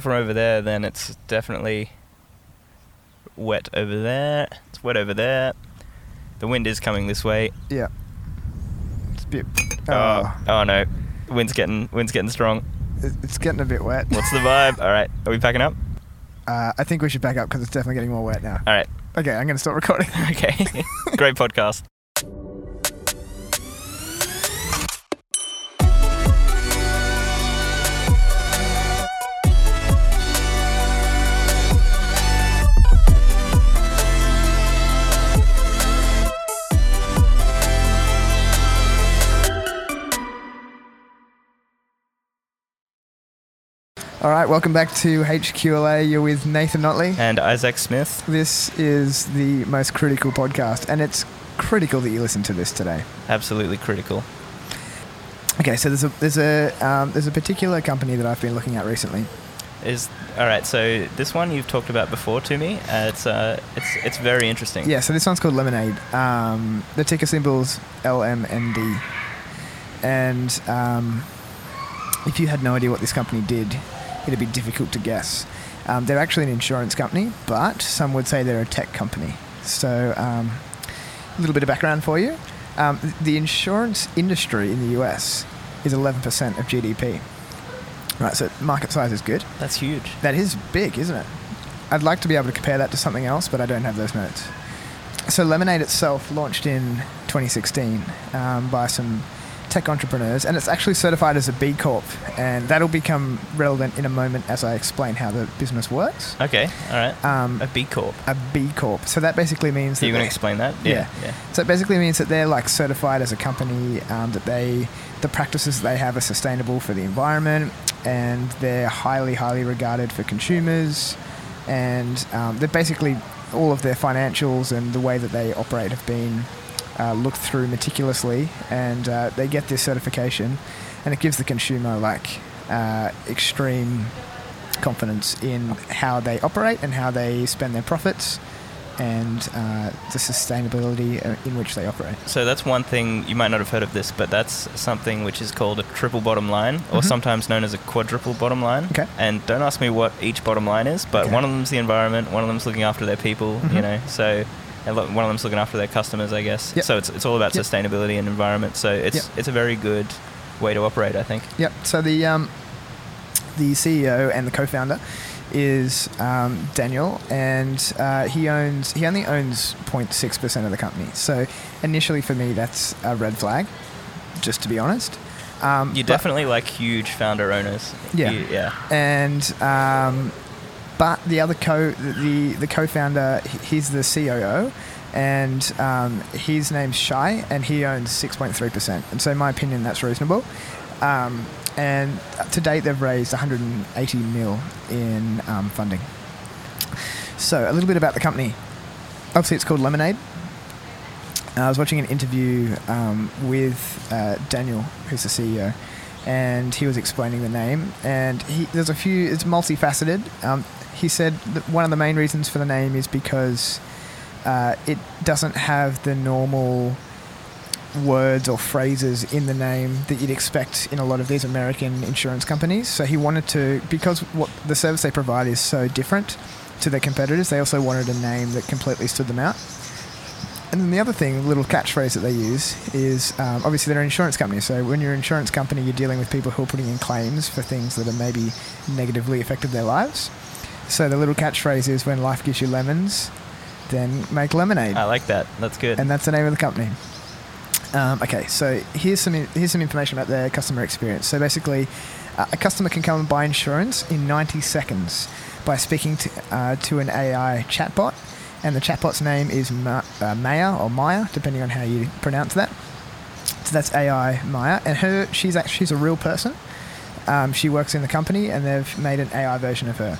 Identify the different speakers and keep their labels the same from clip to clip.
Speaker 1: from over there, then it's definitely wet over there. It's wet over there. The wind is coming this way.
Speaker 2: Yeah. It's a bit.
Speaker 1: Oh,
Speaker 2: Oh,
Speaker 1: oh no, wind's getting wind's getting strong.
Speaker 2: it- it's getting a bit wet.
Speaker 1: What's the vibe? All right, are we packing up?
Speaker 2: Uh, I think we should back up because it's definitely getting more wet now.
Speaker 1: All right,
Speaker 2: Okay, I'm going to stop recording.
Speaker 1: okay, great podcast.
Speaker 2: All right, welcome back to HQLA. You're with Nathan Notley.
Speaker 1: And Isaac Smith,
Speaker 2: This is the most critical podcast, and it's critical that you listen to this today.
Speaker 1: absolutely critical.
Speaker 2: Okay, so there's a there's a um, there's a particular company that I've been looking at recently.
Speaker 1: Is all right. So this one you've talked about before to me. Uh, it's uh, it's it's very interesting.
Speaker 2: Yeah, so this one's called Lemonade. Um, the ticker symbol's LMND. And um, if you had no idea what this company did, it'd be difficult to guess. Um, they're actually an insurance company, but some would say they're a tech company. So um, a little bit of background for you. Um, th- the insurance industry in the US is 11% of GDP. Right, so market size is good.
Speaker 1: that's huge.
Speaker 2: That is big, isn't it? I'd like to be able to compare that to something else, but I don't have those notes. So Lemonade itself launched in 2016 um, by some tech entrepreneurs, and it's actually certified as a B Corp, and that'll become relevant in a moment as I explain how the business works.
Speaker 1: Okay, all right.
Speaker 2: Um,
Speaker 1: A B Corp.
Speaker 2: a B Corp. So that basically
Speaker 1: Uh,
Speaker 2: means
Speaker 1: So
Speaker 2: that
Speaker 1: you're gonna
Speaker 2: they-
Speaker 1: explain that?
Speaker 2: Yeah.
Speaker 1: yeah.
Speaker 2: so it basically means that they're like certified as a company, um, that they the practices they have are sustainable for the environment, and they're highly highly regarded for consumers, and um, they're basically all of their financials and the way that they operate have been uh, looked through meticulously, and uh, they get this certification, and it gives the consumer like uh, extreme confidence in how they operate and how they spend their profits and uh, the sustainability uh, in which they operate.
Speaker 1: So that's one thing you might not have heard of this, but that's something which is called a triple bottom line, or
Speaker 2: Mhm.
Speaker 1: sometimes known as a quadruple bottom line.
Speaker 2: Okay.
Speaker 1: And don't ask me what each bottom line is, but
Speaker 2: Okay.
Speaker 1: one of them's the environment, one of them's looking after their people.
Speaker 2: Mhm.
Speaker 1: You know, so and lo- one of them's looking after their customers, I guess.
Speaker 2: Yep.
Speaker 1: So it's it's all about
Speaker 2: Yep.
Speaker 1: sustainability and environment. So it's it's a very good way to operate, I think.
Speaker 2: Yep. So the um, the CEO and the co-founder is um, Daniel, and uh, he owns he only owns 0.6 percent of the company. So initially, for me, that's a red flag. Just to be honest, um,
Speaker 1: You
Speaker 2: but-
Speaker 1: definitely like huge founder owners.
Speaker 2: Yeah.
Speaker 1: You- yeah.
Speaker 2: and um, but the other co the the co-founder he- he's the COO and um, his name's Shai and he owns 6.3 percent and so in my opinion that's reasonable um, and to date they've raised 180 mil in um, funding so a little bit about the company obviously it's called Lemonade Uh, I was watching an interview um, with uh, Daniel, who's the CEO, and he was explaining the name. And he, there's a few, it's multifaceted. Um, he said that one of the main reasons for the name is because uh, it doesn't have the normal words or phrases in the name that you'd expect in a lot of these American insurance companies. So he wanted to, because what the service they provide is so different to their competitors, they also wanted a name that completely stood them out. And then the other thing, little catchphrase that they use is um, obviously they're an insurance company. So when you're an insurance company, you're dealing with people who are putting in claims for things that have maybe negatively affected their lives. So the little catchphrase is when life gives you lemons, then make lemonade.
Speaker 1: I like that. That's good.
Speaker 2: And that's the name of the company. Um, okay, so here's some here's some information about their customer experience. So basically, uh, a customer can come and buy insurance in 90 seconds by speaking to uh, to an AI chatbot, and the chatbot's name is Ma- uh, Maya or Maya, depending on how you pronounce that. So that's AI Maya, and her she's act- she's a real person. Um, she works in the company, and they've made an AI version of her.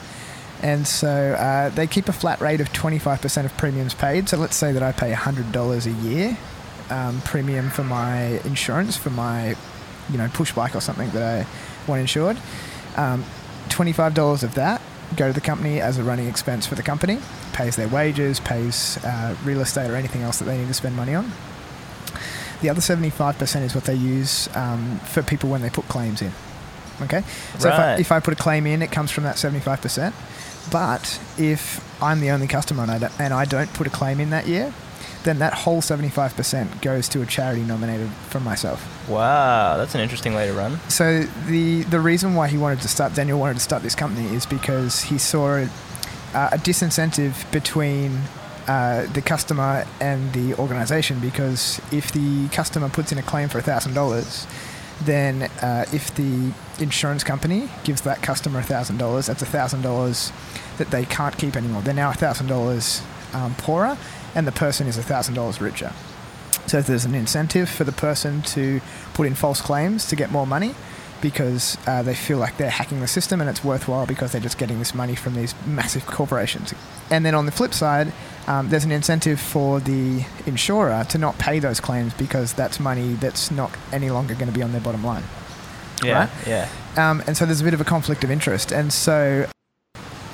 Speaker 2: And so uh, they keep a flat rate of 25% of premiums paid. So let's say that I pay $100 a year um, premium for my insurance for my, you know, push bike or something that I want insured. Um, $25 of that go to the company as a running expense for the company, pays their wages, pays uh, real estate or anything else that they need to spend money on. The other 75% is what they use um, for people when they put claims in. Okay, so if, I,
Speaker 1: Right.
Speaker 2: if I put a claim in, it comes from that seventy-five percent. But if I'm the only customer and I, don't, and I don't put a claim in that year, then that whole seventy-five percent goes to a charity nominated from myself.
Speaker 1: Wow, that's an interesting way to run.
Speaker 2: So the the reason why he wanted to start Daniel wanted to start this company is because he saw a, uh, a disincentive between uh, the customer and the organization because if the customer puts in a claim for thousand dollars, then uh, if the insurance company gives that customer thousand dollars, that's thousand dollars that they can't keep anymore. They're now thousand dollars um, poorer, and the person is thousand dollars richer. So if there's an incentive for the person to put in false claims to get more money because uh, they feel like they're hacking the system and it's worthwhile because they're just getting this money from these massive corporations. And then on the flip side, um, there's an incentive for the insurer to not pay those claims because that's money that's not any longer going to be on their bottom line.
Speaker 1: Yeah,
Speaker 2: Right.
Speaker 1: yeah.
Speaker 2: Um, and so there's a bit of a conflict of interest. And so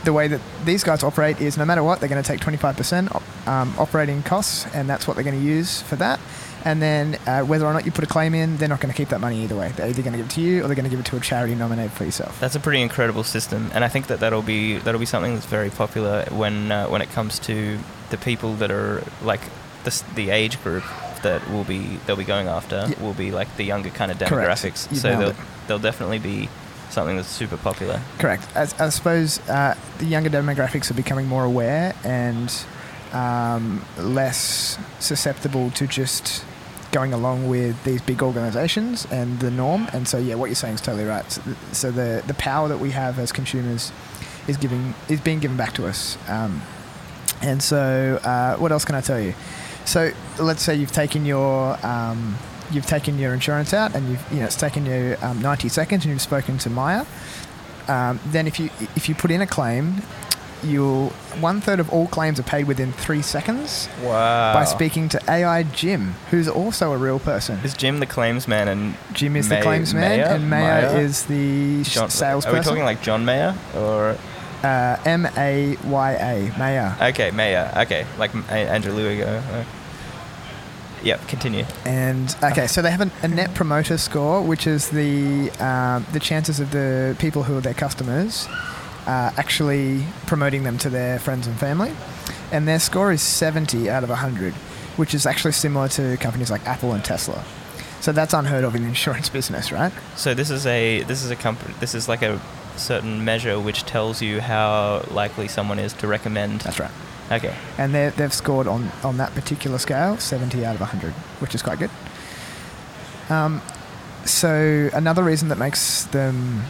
Speaker 2: the way that these guys operate is no matter what, they're going to take 25% op- um, operating costs, and that's what they're going to use for that. And then uh, whether or not you put a claim in, they're not going to keep that money either way. They're either going to give it to you or they're going to give it to a charity nominated for yourself.
Speaker 1: That's a pretty incredible system, and I think that that'll be that'll be something that's very popular when uh, when it comes to the people that are like the s- the age group that will be they'll be going after
Speaker 2: Yeah.
Speaker 1: will be like the younger kind of
Speaker 2: Correct.
Speaker 1: demographics.
Speaker 2: You've
Speaker 1: So
Speaker 2: nailed
Speaker 1: they'll
Speaker 2: it.
Speaker 1: they'll definitely be something that's super popular.
Speaker 2: Correct. I, I suppose uh, the younger demographics are becoming more aware and um, less susceptible to just going along with these big organizations and the norm. And so, yeah, what you're saying is totally right. So, th- so the, the power that we have as consumers is giving is being given back to us. Um, and so, uh, what else can I tell you? So, let's say you've taken your um, you've taken your insurance out, and you've you know it's taken you um, 90 seconds, and you've spoken to Maya. Um, then, if you if you put in a claim, you'll one third of all claims are paid within three seconds
Speaker 1: Wow.
Speaker 2: by speaking to AI Jim, who's also a real person.
Speaker 1: Is Jim the claims man and
Speaker 2: Jim is
Speaker 1: May-
Speaker 2: the claims man,
Speaker 1: Mayer?
Speaker 2: and Maya,
Speaker 1: Mayer?
Speaker 2: is the sh-
Speaker 1: John,
Speaker 2: salesperson.
Speaker 1: Are we talking like John Mayer or
Speaker 2: uh, M A Y A, Maya.
Speaker 1: okay Mayer? Okay, like M- A- Andrew Luigo. Uh, yep, continue.
Speaker 2: And okay, so they have an, a net promoter score, which is the um, the chances of the people who are their customers uh, actually promoting them to their friends and family, and their score is 70 out of 100, which is actually similar to companies like Apple and Tesla. So that's unheard of in the insurance business, right?
Speaker 1: So this is a this is a company. This is like a certain measure which tells you how likely someone is to recommend.
Speaker 2: That's right.
Speaker 1: Okay.
Speaker 2: and they they've scored on, on that particular scale 70 out of 100, which is quite good. Um, so another reason that makes them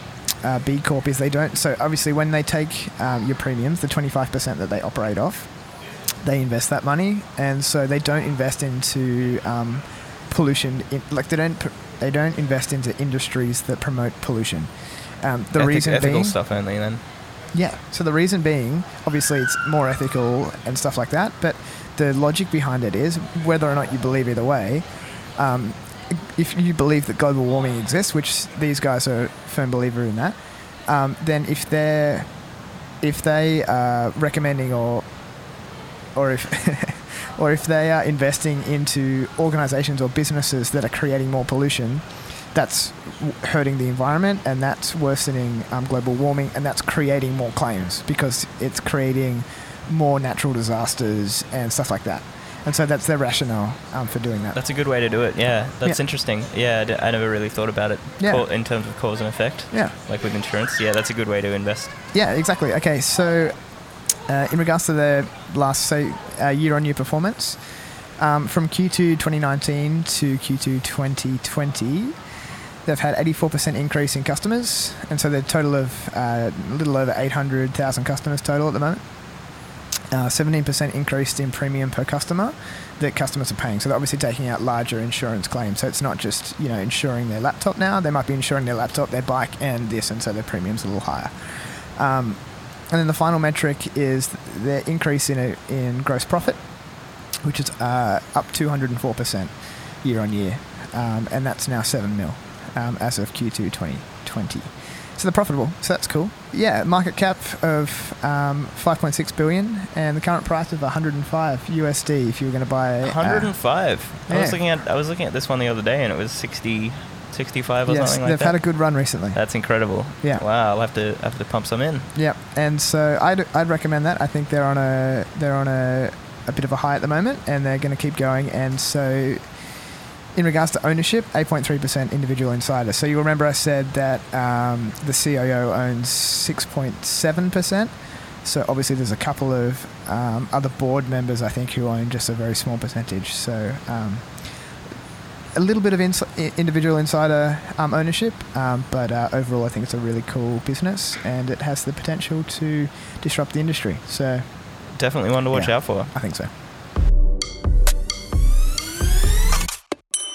Speaker 2: uh, B Corp is they don't. So obviously, when they take um, your premiums, the 25% that they operate off, they invest that money, and so they don't invest into um, pollution. In, like they don't pr- they don't invest into industries that promote pollution. Um, the
Speaker 1: Ethic-
Speaker 2: reason
Speaker 1: ethical
Speaker 2: being,
Speaker 1: stuff only then.
Speaker 2: yeah. So the reason being, obviously, it's more ethical and stuff like that. But the logic behind it is whether or not you believe either way. Um, if you believe that global warming exists, which these guys are firm believer in that, um, then if they're if they are recommending or or if or if they are investing into organisations or businesses that are creating more pollution, that's w- hurting the environment and that's worsening um, global warming and that's creating more claims because it's creating more natural disasters and stuff like that. And so that's their rationale um, for doing that.
Speaker 1: That's a good way to do it. Yeah, that's
Speaker 2: Yeah.
Speaker 1: interesting. Yeah, I d- I never really thought about it
Speaker 2: Yeah.
Speaker 1: cau- in terms of cause and effect,
Speaker 2: yeah.
Speaker 1: like with insurance. Yeah, that's a good way to invest.
Speaker 2: Yeah, exactly. Okay, so uh, in regards to the last say uh, year-on-year performance, um, from Q2 2019 to Q2 2020, they've had 84% increase in customers, and so they're total of uh, a little over 800,000 customers total at the moment. Uh, 17% increase in premium per customer that customers are paying. So they're obviously taking out larger insurance claims. So it's not just you know insuring their laptop now. They might be insuring their laptop, their bike, and this, and so their premium's a little higher. Um, and then the final metric is the increase in, a, in gross profit, which is uh, up 204% year on year. Um, and that's now 7 mil um, as of Q2 2020. So they're profitable, so that's cool. Yeah, market cap of um, 5.6 billion and the current price of 105 USD if you were going to buy. uh,
Speaker 1: 105. I
Speaker 2: yeah.
Speaker 1: was looking at I was looking at this one the other day and it was 60 65 or
Speaker 2: yes,
Speaker 1: something
Speaker 2: they've
Speaker 1: like
Speaker 2: had a
Speaker 1: that.
Speaker 2: good run recently.
Speaker 1: That's incredible.
Speaker 2: Yeah.
Speaker 1: Wow, I'll have to have to pump some in.
Speaker 2: Yeah, and so I'd, I'd recommend that. I think they're on a they're on a, a bit of a high at the moment, and they're going to keep going. And so, in regards to ownership, eight point three percent individual insider. So you remember I said that um, the COO owns six point seven percent. So obviously, there's a couple of um, other board members I think who own just a very small percentage. So. Um, a little bit of ins- i- individual insider um, ownership, um, but uh, overall, I think it's a really cool business and it has the potential to disrupt the industry. So
Speaker 1: Definitely one to watch
Speaker 2: Yeah.
Speaker 1: out for.
Speaker 2: I think so.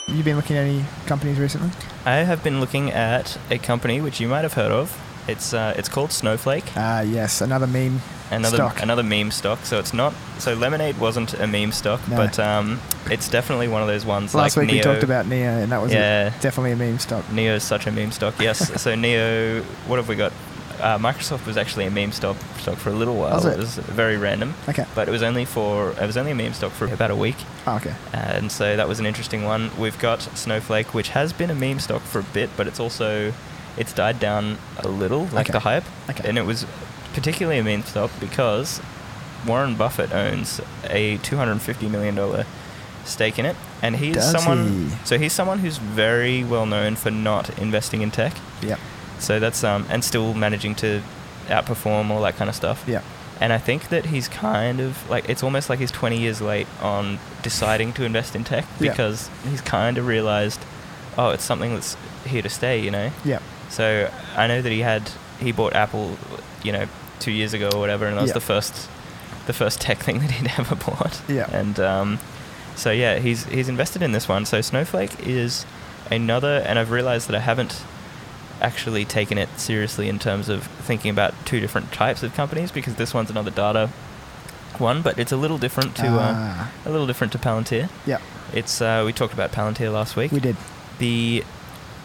Speaker 2: You've been looking at any companies recently?
Speaker 1: I have been looking at a company which you might have heard of. It's uh, it's called Snowflake.
Speaker 2: Ah, yes, another meme.
Speaker 1: Another
Speaker 2: stock.
Speaker 1: another meme stock. So it's not so Lemonade wasn't a meme stock,
Speaker 2: No.
Speaker 1: but um, it's definitely one of those ones
Speaker 2: Last
Speaker 1: like
Speaker 2: week
Speaker 1: Neo.
Speaker 2: we talked about Neo, and that was a-
Speaker 1: yeah,
Speaker 2: definitely a meme stock.
Speaker 1: Neo's such a meme stock. Yes. so Neo, what have we got? Uh, Microsoft was actually a meme stock stock for a little while.
Speaker 2: Was it?
Speaker 1: was very random,
Speaker 2: Okay.
Speaker 1: but it was only for it was only a meme stock for about a week,
Speaker 2: Oh, okay.
Speaker 1: Uh, and so that was an interesting one. We've got Snowflake, which has been a meme stock for a bit, but it's also it's died down a little, like
Speaker 2: Okay.
Speaker 1: the hype,
Speaker 2: Okay.
Speaker 1: and it was particularly a meme stock because Warren Buffett owns a two hundred and fifty million dollar stake in it, and he's
Speaker 2: Does
Speaker 1: someone.
Speaker 2: he?
Speaker 1: So he's someone who's very well known for not investing in tech.
Speaker 2: Yep.
Speaker 1: So that's um, and still managing to outperform all that kind of stuff.
Speaker 2: Yep.
Speaker 1: And I think that he's kind of like it's almost like he's 20 years late on deciding to invest in tech
Speaker 2: Yeah.
Speaker 1: because he's kind of realized, oh, it's something that's here to stay, you know.
Speaker 2: Yep.
Speaker 1: So I know that he had he bought Apple, you know, two years ago or whatever, and that was
Speaker 2: Yeah.
Speaker 1: the first the first tech thing that he'd ever bought.
Speaker 2: Yeah.
Speaker 1: And um, so yeah, he's he's invested in this one. So Snowflake is another, and I've realized that I haven't actually taken it seriously in terms of thinking about two different types of companies because this one's another data one, but it's a little different to uh,
Speaker 2: Ah,
Speaker 1: a little different to Palantir.
Speaker 2: yep.
Speaker 1: It's uh, we talked about Palantir last week.
Speaker 2: We did.
Speaker 1: The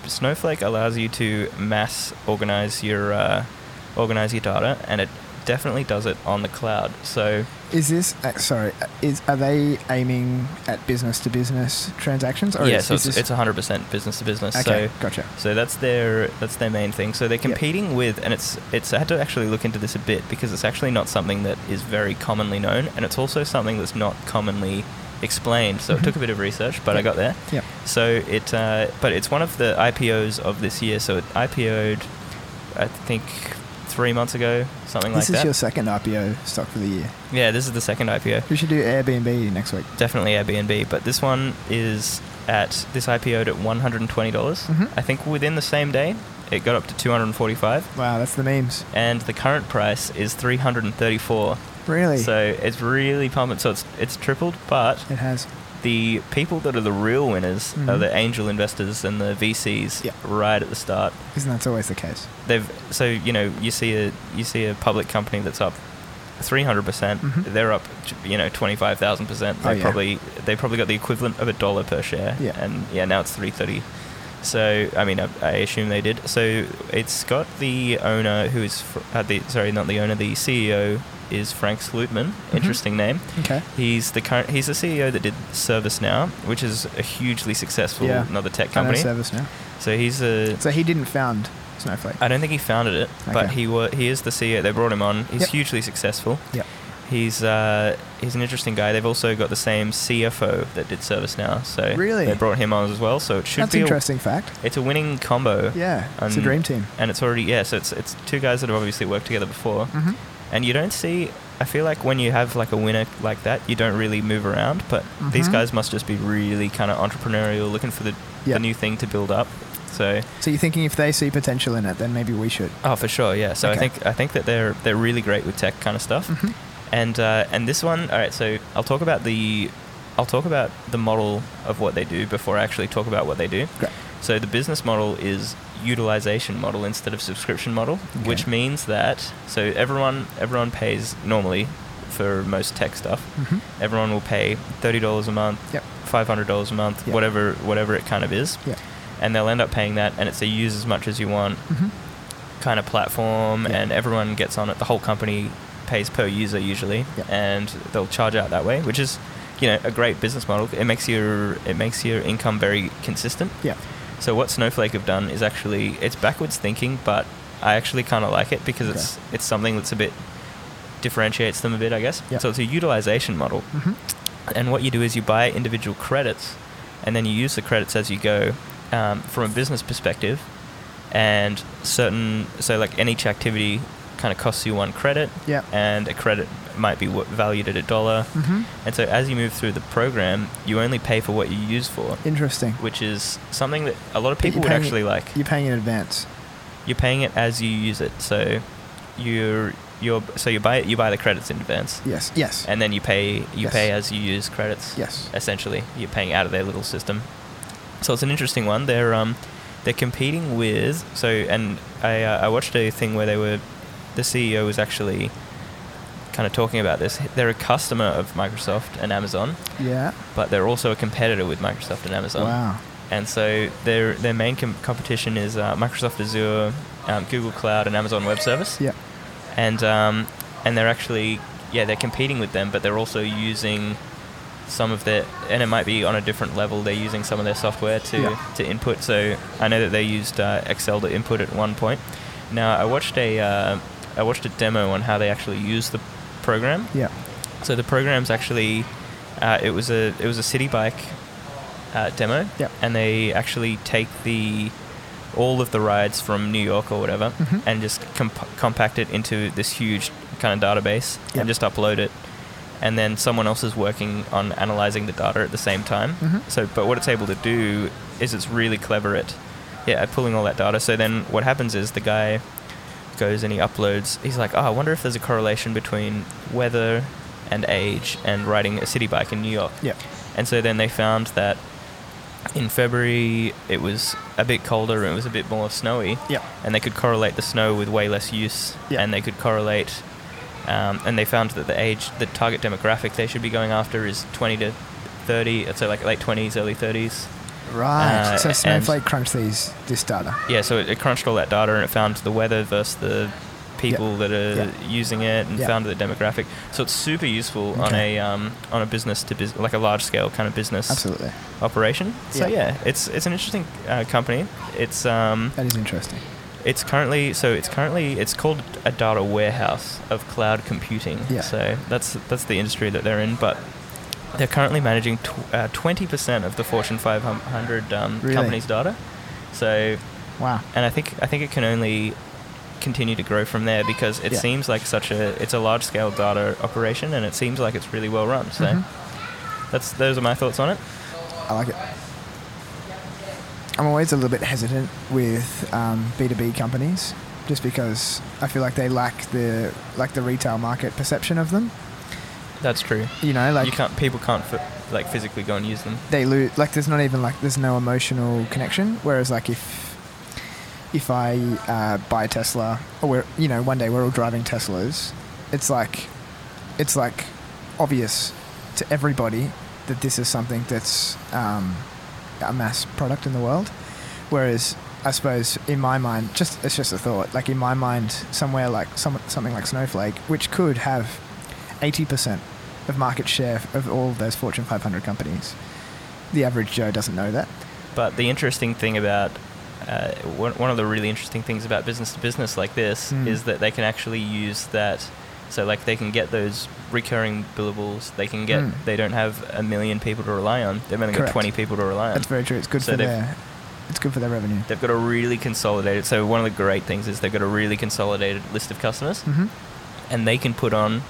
Speaker 1: Snowflake allows you to mass organize your uh, organize your data, and it definitely does it on the cloud. So
Speaker 2: Is this uh, sorry? uh, Is are they aiming at business to business transactions? Or
Speaker 1: yeah,
Speaker 2: is,
Speaker 1: so
Speaker 2: is
Speaker 1: it's,
Speaker 2: this-
Speaker 1: it's 100% business to business.
Speaker 2: okay.
Speaker 1: So
Speaker 2: gotcha.
Speaker 1: so that's their that's their main thing. So they're competing with, and it's it's I had to actually look into this a bit because it's actually not something that is very commonly known, and it's also something that's not commonly explained. So
Speaker 2: Mhm.
Speaker 1: it took a bit of research, but I
Speaker 2: Yep.
Speaker 1: got there.
Speaker 2: Yep.
Speaker 1: So it, uh, but it's one of the IPOs of this year. So it IPO'd, I think, three months ago, something
Speaker 2: This
Speaker 1: like
Speaker 2: is
Speaker 1: that.
Speaker 2: your second IPO stock for the year.
Speaker 1: yeah, this is the second IPO.
Speaker 2: We should do Airbnb next week.
Speaker 1: Definitely Airbnb, but this one is at this IPO'd at one hundred and twenty dollars.
Speaker 2: Mhm.
Speaker 1: I think within the same day, it got up to two hundred and forty-five.
Speaker 2: Wow, that's the memes.
Speaker 1: and the current price is 334
Speaker 2: Really?
Speaker 1: so it's really pumping so it's it's tripled but
Speaker 2: it has.
Speaker 1: the people that are the real winners
Speaker 2: Mhm.
Speaker 1: are the angel investors and the VCs
Speaker 2: Yep.
Speaker 1: right at the start
Speaker 2: Isn't that always the case?
Speaker 1: they've so you know you see a you see a public company that's up 300% percent
Speaker 2: Mhm.
Speaker 1: they're up you know 25,000% they
Speaker 2: Oh, yeah.
Speaker 1: probably they probably got the equivalent of a dollar per share
Speaker 2: Yeah.
Speaker 1: and yeah now it's 330 so I mean I, I assume they did so it's got the owner who is fr- uh, the sorry not the owner the CEO is Frank Slutman
Speaker 2: Mhm.
Speaker 1: interesting name
Speaker 2: Okay.
Speaker 1: he's the current he's the CEO that did ServiceNow which is a hugely successful
Speaker 2: Yeah.
Speaker 1: another tech
Speaker 2: I know
Speaker 1: company
Speaker 2: service now.
Speaker 1: so he's a
Speaker 2: So he didn't found Snowflake.
Speaker 1: I don't think he founded it, but
Speaker 2: Okay.
Speaker 1: he wa- he is the CEO. They brought him on. He's
Speaker 2: Yep.
Speaker 1: hugely successful.
Speaker 2: Yep.
Speaker 1: He's uh, he's an interesting guy. They've also got the same CFO that did ServiceNow, so
Speaker 2: Really?
Speaker 1: they brought him on as well. So it should
Speaker 2: That's
Speaker 1: be a,
Speaker 2: interesting fact.
Speaker 1: it's a winning combo.
Speaker 2: Yeah, it's a
Speaker 1: Um,
Speaker 2: dream team.
Speaker 1: And it's already yeah, so it's it's two guys that have obviously worked together before,
Speaker 2: Mm-hmm.
Speaker 1: and you don't see. I feel like when you have like a winner like that, you don't really move around. But these
Speaker 2: Mhm.
Speaker 1: guys must just be really kind of entrepreneurial, looking for the, the
Speaker 2: Yep.
Speaker 1: new thing to build up. So
Speaker 2: So you're thinking if they see potential in it, then maybe we should.
Speaker 1: Oh, for sure, yeah. So
Speaker 2: Okay.
Speaker 1: I think I think that they're they're really great with tech kind of stuff,
Speaker 2: Mhm.
Speaker 1: and uh, and this one, all right. So I'll talk about the I'll talk about the model of what they do before I actually talk about what they do.
Speaker 2: Great.
Speaker 1: So the business model is utilization model instead of subscription model,
Speaker 2: Okay.
Speaker 1: which means that so everyone everyone pays normally for most tech stuff.
Speaker 2: Mhm.
Speaker 1: Everyone will pay thirty dollars a month,
Speaker 2: Yep.
Speaker 1: five hundred dollars a month,
Speaker 2: Yep.
Speaker 1: whatever whatever it kind of is,
Speaker 2: Yeah.
Speaker 1: and they'll end up paying that, and it's a use as much as you want
Speaker 2: Mm-hmm.
Speaker 1: kind of platform
Speaker 2: Yeah.
Speaker 1: and everyone gets on it the whole company pays per user usually
Speaker 2: Yeah.
Speaker 1: and they'll charge out that way which is you know a great business model it makes your it makes your income very consistent
Speaker 2: Yeah.
Speaker 1: So what Snowflake have done is actually it's backwards thinking, but I actually kind of like it because it's it's something that's a bit differentiates them a bit, I guess.
Speaker 2: Yep.
Speaker 1: So it's a utilization model,
Speaker 2: Mhm.
Speaker 1: and what you do is you buy individual credits, and then you use the credits as you go um, from a business perspective, and certain so like and each activity kind of costs you one credit,
Speaker 2: Yep.
Speaker 1: and a credit might be wa- valued at a dollar.
Speaker 2: Mhm.
Speaker 1: And so as you move through the program, you only pay for what you use for,
Speaker 2: Interesting.
Speaker 1: which is something that a lot of
Speaker 2: But
Speaker 1: people
Speaker 2: you're
Speaker 1: would
Speaker 2: paying it-
Speaker 1: actually like.
Speaker 2: You're paying in advance.
Speaker 1: You're paying it as you use it, so you're you're so you buy it, you buy the credits in advance,
Speaker 2: Yes. Yes.
Speaker 1: and then you pay you
Speaker 2: Yes.
Speaker 1: pay as you use credits.
Speaker 2: yes.
Speaker 1: Essentially, you're paying out of their little system. So it's an interesting one. They're um they're competing with so and I uh, I watched a thing where they were the CEO was actually kind of talking about this. They're a customer of Microsoft and Amazon,
Speaker 2: Yeah.
Speaker 1: but they're also a competitor with Microsoft and Amazon.
Speaker 2: wow.
Speaker 1: And so their their main com- competition is uh, Microsoft Azure, um, Google Cloud, and Amazon Web Service.
Speaker 2: Yeah.
Speaker 1: And um, and they're actually yeah they're competing with them, but they're also using some of their and it might be on a different level. They're using some of their software to
Speaker 2: Yeah.
Speaker 1: to input. So I know that they used uh, Excel to input at one point. Now I watched a uh, I watched a demo on how they actually use the program.
Speaker 2: Yeah.
Speaker 1: So the program's actually uh, it was a it was a city bike uh, demo,
Speaker 2: Yep.
Speaker 1: and they actually take the all of the rides from New York or whatever,
Speaker 2: Mhm.
Speaker 1: and just comp- compact it into this huge kind of database,
Speaker 2: Yep.
Speaker 1: and just upload it. And then someone else is working on analyzing the data at the same time.
Speaker 2: Mhm.
Speaker 1: So, but what it's able to do is it's really clever at, yeah, at pulling all that data. So then what happens is the guy goes and he uploads. He's like, oh, I wonder if there's a correlation between weather and age and riding a city bike in New York.
Speaker 2: Yeah.
Speaker 1: And so then they found that in February it was a bit colder and it was a bit more snowy,
Speaker 2: Yeah.
Speaker 1: and they could correlate the snow with way less use,
Speaker 2: Yeah.
Speaker 1: and they could correlate. Um, and they found that the age, the target demographic they should be going after is 20 to 30, so like late 20s, early 30s.
Speaker 2: Right.
Speaker 1: Uh,
Speaker 2: so
Speaker 1: and-
Speaker 2: Snowflake crunched these this data.
Speaker 1: Yeah, so it, it crunched all that data and it found the weather versus the people that are
Speaker 2: Yeah.
Speaker 1: using it and
Speaker 2: Yeah.
Speaker 1: found the demographic. So it's super useful on
Speaker 2: Okay.
Speaker 1: a um, on a business to business, like a large scale kind of business
Speaker 2: Absolutely.
Speaker 1: operation. So
Speaker 2: Yeah.
Speaker 1: yeah, it's it's an interesting uh, company. It's um
Speaker 2: That is interesting.
Speaker 1: it's currently so it's currently it's called a data warehouse of cloud computing.
Speaker 2: Yeah.
Speaker 1: So that's that's the industry that they're in, but they're currently managing uh, twenty percent of the Fortune 500 um,
Speaker 2: Really?
Speaker 1: companies' data. So
Speaker 2: Wow.
Speaker 1: and I think I think it can only continue to grow from there because it
Speaker 2: Yeah.
Speaker 1: seems like such a it's a large scale data operation and it seems like it's really well run. So
Speaker 2: Mhm.
Speaker 1: that's those are my thoughts on it.
Speaker 2: I like it. I'm always a little bit hesitant with um, B2B companies just because I feel like they lack the like the retail market perception of them.
Speaker 1: That's true.
Speaker 2: You know, like
Speaker 1: you can't people can't f- like physically go and use them.
Speaker 2: they lose like there's not even like there's no emotional connection whereas like if if i uh, buy a tesla or we're you know one day we're all driving teslas it's like it's like obvious to everybody that this is something that's um, a mass product in the world whereas i suppose in my mind just it's just a thought like in my mind somewhere like some, something like snowflake which could have 80% of market share of all of those fortune 500 companies the average Joe doesn't know that.
Speaker 1: But the interesting thing about uh, one, one of the really interesting things about business to business like this
Speaker 2: Mm.
Speaker 1: is that they can actually use that. So like they can get those recurring billables. They can get.
Speaker 2: Mm.
Speaker 1: They don't have a million people to rely on. They've only
Speaker 2: Correct.
Speaker 1: got twenty people to rely on.
Speaker 2: That's very true. It's good
Speaker 1: Oh. So
Speaker 2: for
Speaker 1: they've-
Speaker 2: their it's good for their revenue.
Speaker 1: They've got a really consolidated. So one of the great things is they've got a really consolidated list of customers,
Speaker 2: hmm
Speaker 1: and they can put on.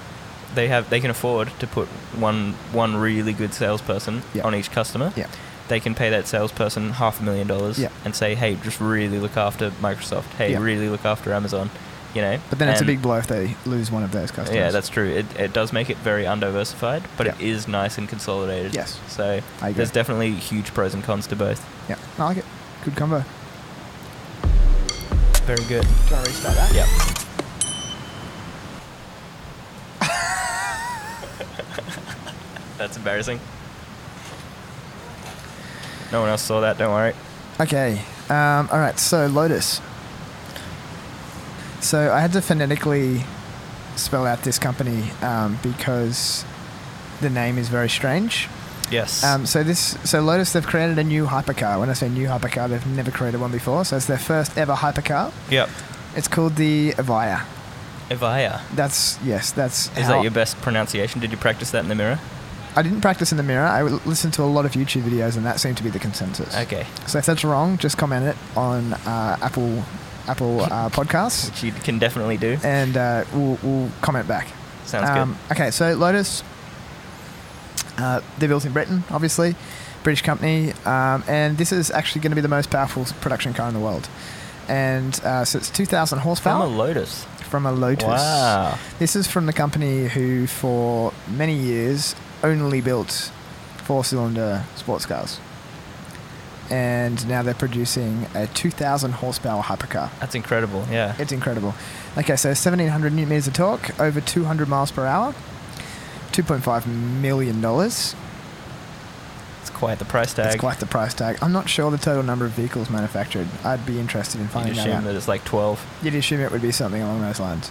Speaker 1: They have. They can afford to put one one really good salesperson
Speaker 2: Yeah.
Speaker 1: on each customer.
Speaker 2: Yeah,
Speaker 1: they can pay that salesperson half a million dollars
Speaker 2: Yeah.
Speaker 1: and say, hey, just really look after Microsoft. Hey,
Speaker 2: Yeah.
Speaker 1: really look after Amazon. You know.
Speaker 2: but then it's a
Speaker 1: And-
Speaker 2: big blow if they lose one of those customers.
Speaker 1: Yeah, that's true. It, it does make it very undiversified, but it
Speaker 2: Yeah.
Speaker 1: is nice and consolidated.
Speaker 2: Yes.
Speaker 1: So
Speaker 2: I agree.
Speaker 1: there's definitely huge pros and cons to both.
Speaker 2: yeah. I like it. Good combo.
Speaker 1: Very good.
Speaker 2: Do I restart that?
Speaker 1: Yep. That's embarrassing. No one else saw that, don't worry.
Speaker 2: Okay. Um, all right. So Lotus. So I had to phonetically spell out this company um, because the name is very strange.
Speaker 1: Yes.
Speaker 2: Um, so this, so Lotus, they've created a new hypercar. When I say new hypercar, they've never created one before. So it's their first ever hypercar.
Speaker 1: yep.
Speaker 2: It's called the Avaya.
Speaker 1: Evaya.
Speaker 2: That's yes, that's.
Speaker 1: Is
Speaker 2: how-
Speaker 1: that your best pronunciation? Did you practice that in the mirror?
Speaker 2: I didn't practice in the mirror. I w- listened to a lot of YouTube videos, and that seemed to be the consensus.
Speaker 1: Okay.
Speaker 2: So if that's wrong, just comment it on uh, Apple Apple uh, Podcasts,
Speaker 1: Which you can definitely do.
Speaker 2: and uh, we'll, we'll comment back.
Speaker 1: Sounds
Speaker 2: Um, Okay, so Lotus, uh, they're built in Britain, obviously, British company, um, and this is actually going to be the most powerful production car in the world. And uh, so it's 2,000
Speaker 1: good. From a
Speaker 2: horsepower
Speaker 1: lotus.
Speaker 2: from a Lotus.
Speaker 1: Wow.
Speaker 2: This is from the company who, for many years, only built four-cylinder sports cars, and now they're producing a 2,000 horsepower hypercar.
Speaker 1: That's incredible. Yeah.
Speaker 2: It's incredible. Okay, so 1,700 newton meters of torque, over 200 miles per hour, 2.5 million dollars.
Speaker 1: It's quite the price tag.
Speaker 2: That's quite the price tag. I'm not sure the total number of vehicles manufactured. I'd be interested in
Speaker 1: You'd
Speaker 2: finding that
Speaker 1: assume
Speaker 2: out.
Speaker 1: that it's like 12.
Speaker 2: You'd assume it would be something along those lines.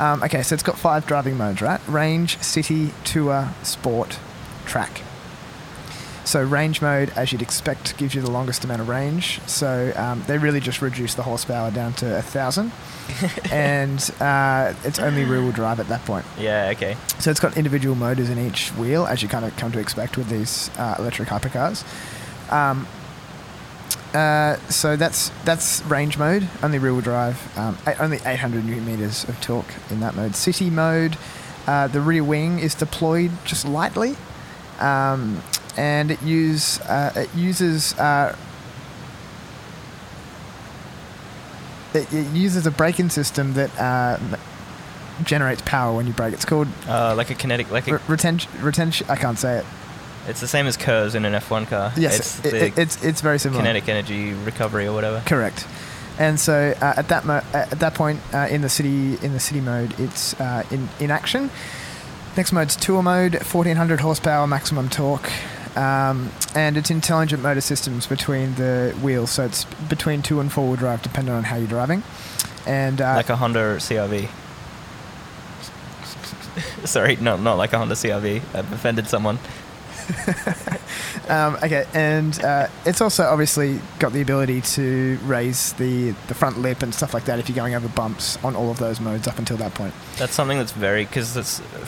Speaker 2: Um, okay, so it's got five driving modes, right? Range, city, tour, sport, track. So range mode, as you'd expect, gives you the longest amount of range. So um, they really just reduced the horsepower down to a thousand, and uh, it's only rear-wheel drive at that point.
Speaker 1: Yeah, okay.
Speaker 2: So it's got individual motors in each wheel, as you kind of come to expect with these uh, electric hypercars. Um, uh, so that's that's range mode, only rear-wheel drive, um, eight, only 800 newton meters of torque in that mode. City mode, uh, the rear wing is deployed just lightly, um, and it use uh, it uses. Uh, it, it uses a braking system that uh, m- generates power when you brake. It's called
Speaker 1: Uh, like a kinetic, like a,
Speaker 2: retention, retention. I can't say it.
Speaker 1: it's the same as curves in an F1 car.
Speaker 2: Yes,
Speaker 1: it's
Speaker 2: it-
Speaker 1: the
Speaker 2: it- it's it's very similar.
Speaker 1: kinetic energy recovery or whatever.
Speaker 2: Correct. And so uh, at that mo- uh, at that point uh, in the city in the city mode, it's uh, in in action. Next mode's tour mode, 1400 horsepower maximum torque, um, and it's intelligent motor systems between the wheels. So it's between two and four wheel drive, depending on how you're driving. And uh,
Speaker 1: like a Honda CRV. Sorry, not not like a Honda CRV. I've offended someone.
Speaker 2: Um, okay, and uh, it's also obviously got the ability to raise the, the front lip and stuff like that if you're going over bumps on all of those modes up until that point.
Speaker 1: That's something that's very because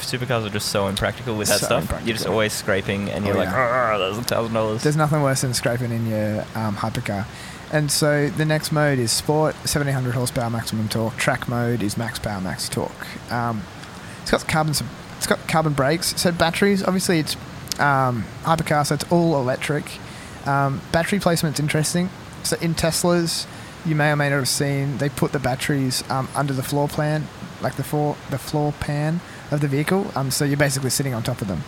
Speaker 1: supercars are just so impractical with that
Speaker 2: So
Speaker 1: stuff. You're just
Speaker 2: impractical.
Speaker 1: always scraping, and you're
Speaker 2: Oh,
Speaker 1: like, oh, that was a thousand dollars.
Speaker 2: There's nothing worse than scraping in your um, hypercar. And so the next mode is sport, 1700 horsepower maximum torque. Track mode is max power, max torque. Um, it's got carbon. sup- It's got carbon brakes. So batteries, obviously, it's um, hypercar, so it's all electric. Um, battery placement's interesting. So in Teslas, you may or may not have seen they put the batteries um, under the floor plan, like the floor the floor pan of the vehicle. Um, so you're basically sitting on top of them.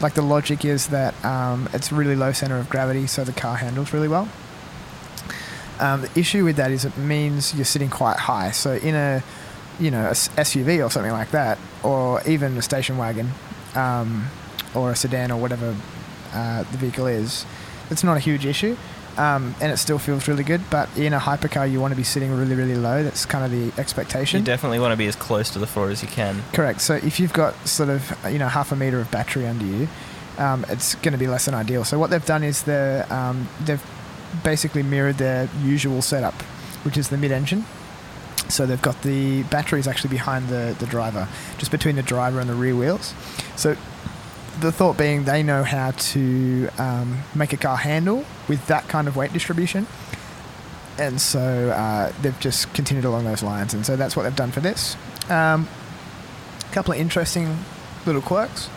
Speaker 2: Like the logic is that um, it's really low center of gravity, so the car handles really well. Um, the issue with that is it means you're sitting quite high. So in a, you know, a s- SUV or something like that, or even a station wagon, um, or a sedan or whatever uh, the vehicle is, it's not a huge issue, um, and it still feels really good. But in a hypercar, you want to be sitting really, really low. That's kind of the
Speaker 1: You
Speaker 2: expectation.
Speaker 1: definitely want to be as close to the floor as you can.
Speaker 2: Correct. So if you've got sort of you know half a meter of battery under you, um, it's going to be less than ideal. So what they've done is they um, they've basically mirrored their usual setup, which is the mid-engine. So they've got the batteries actually behind the the driver, just between the driver and the rear wheels. So the thought being they know how to um, make a car handle with that kind of weight distribution. And so uh, they've just continued along those lines, and so that's what they've done for this. Um, couple of interesting little quirks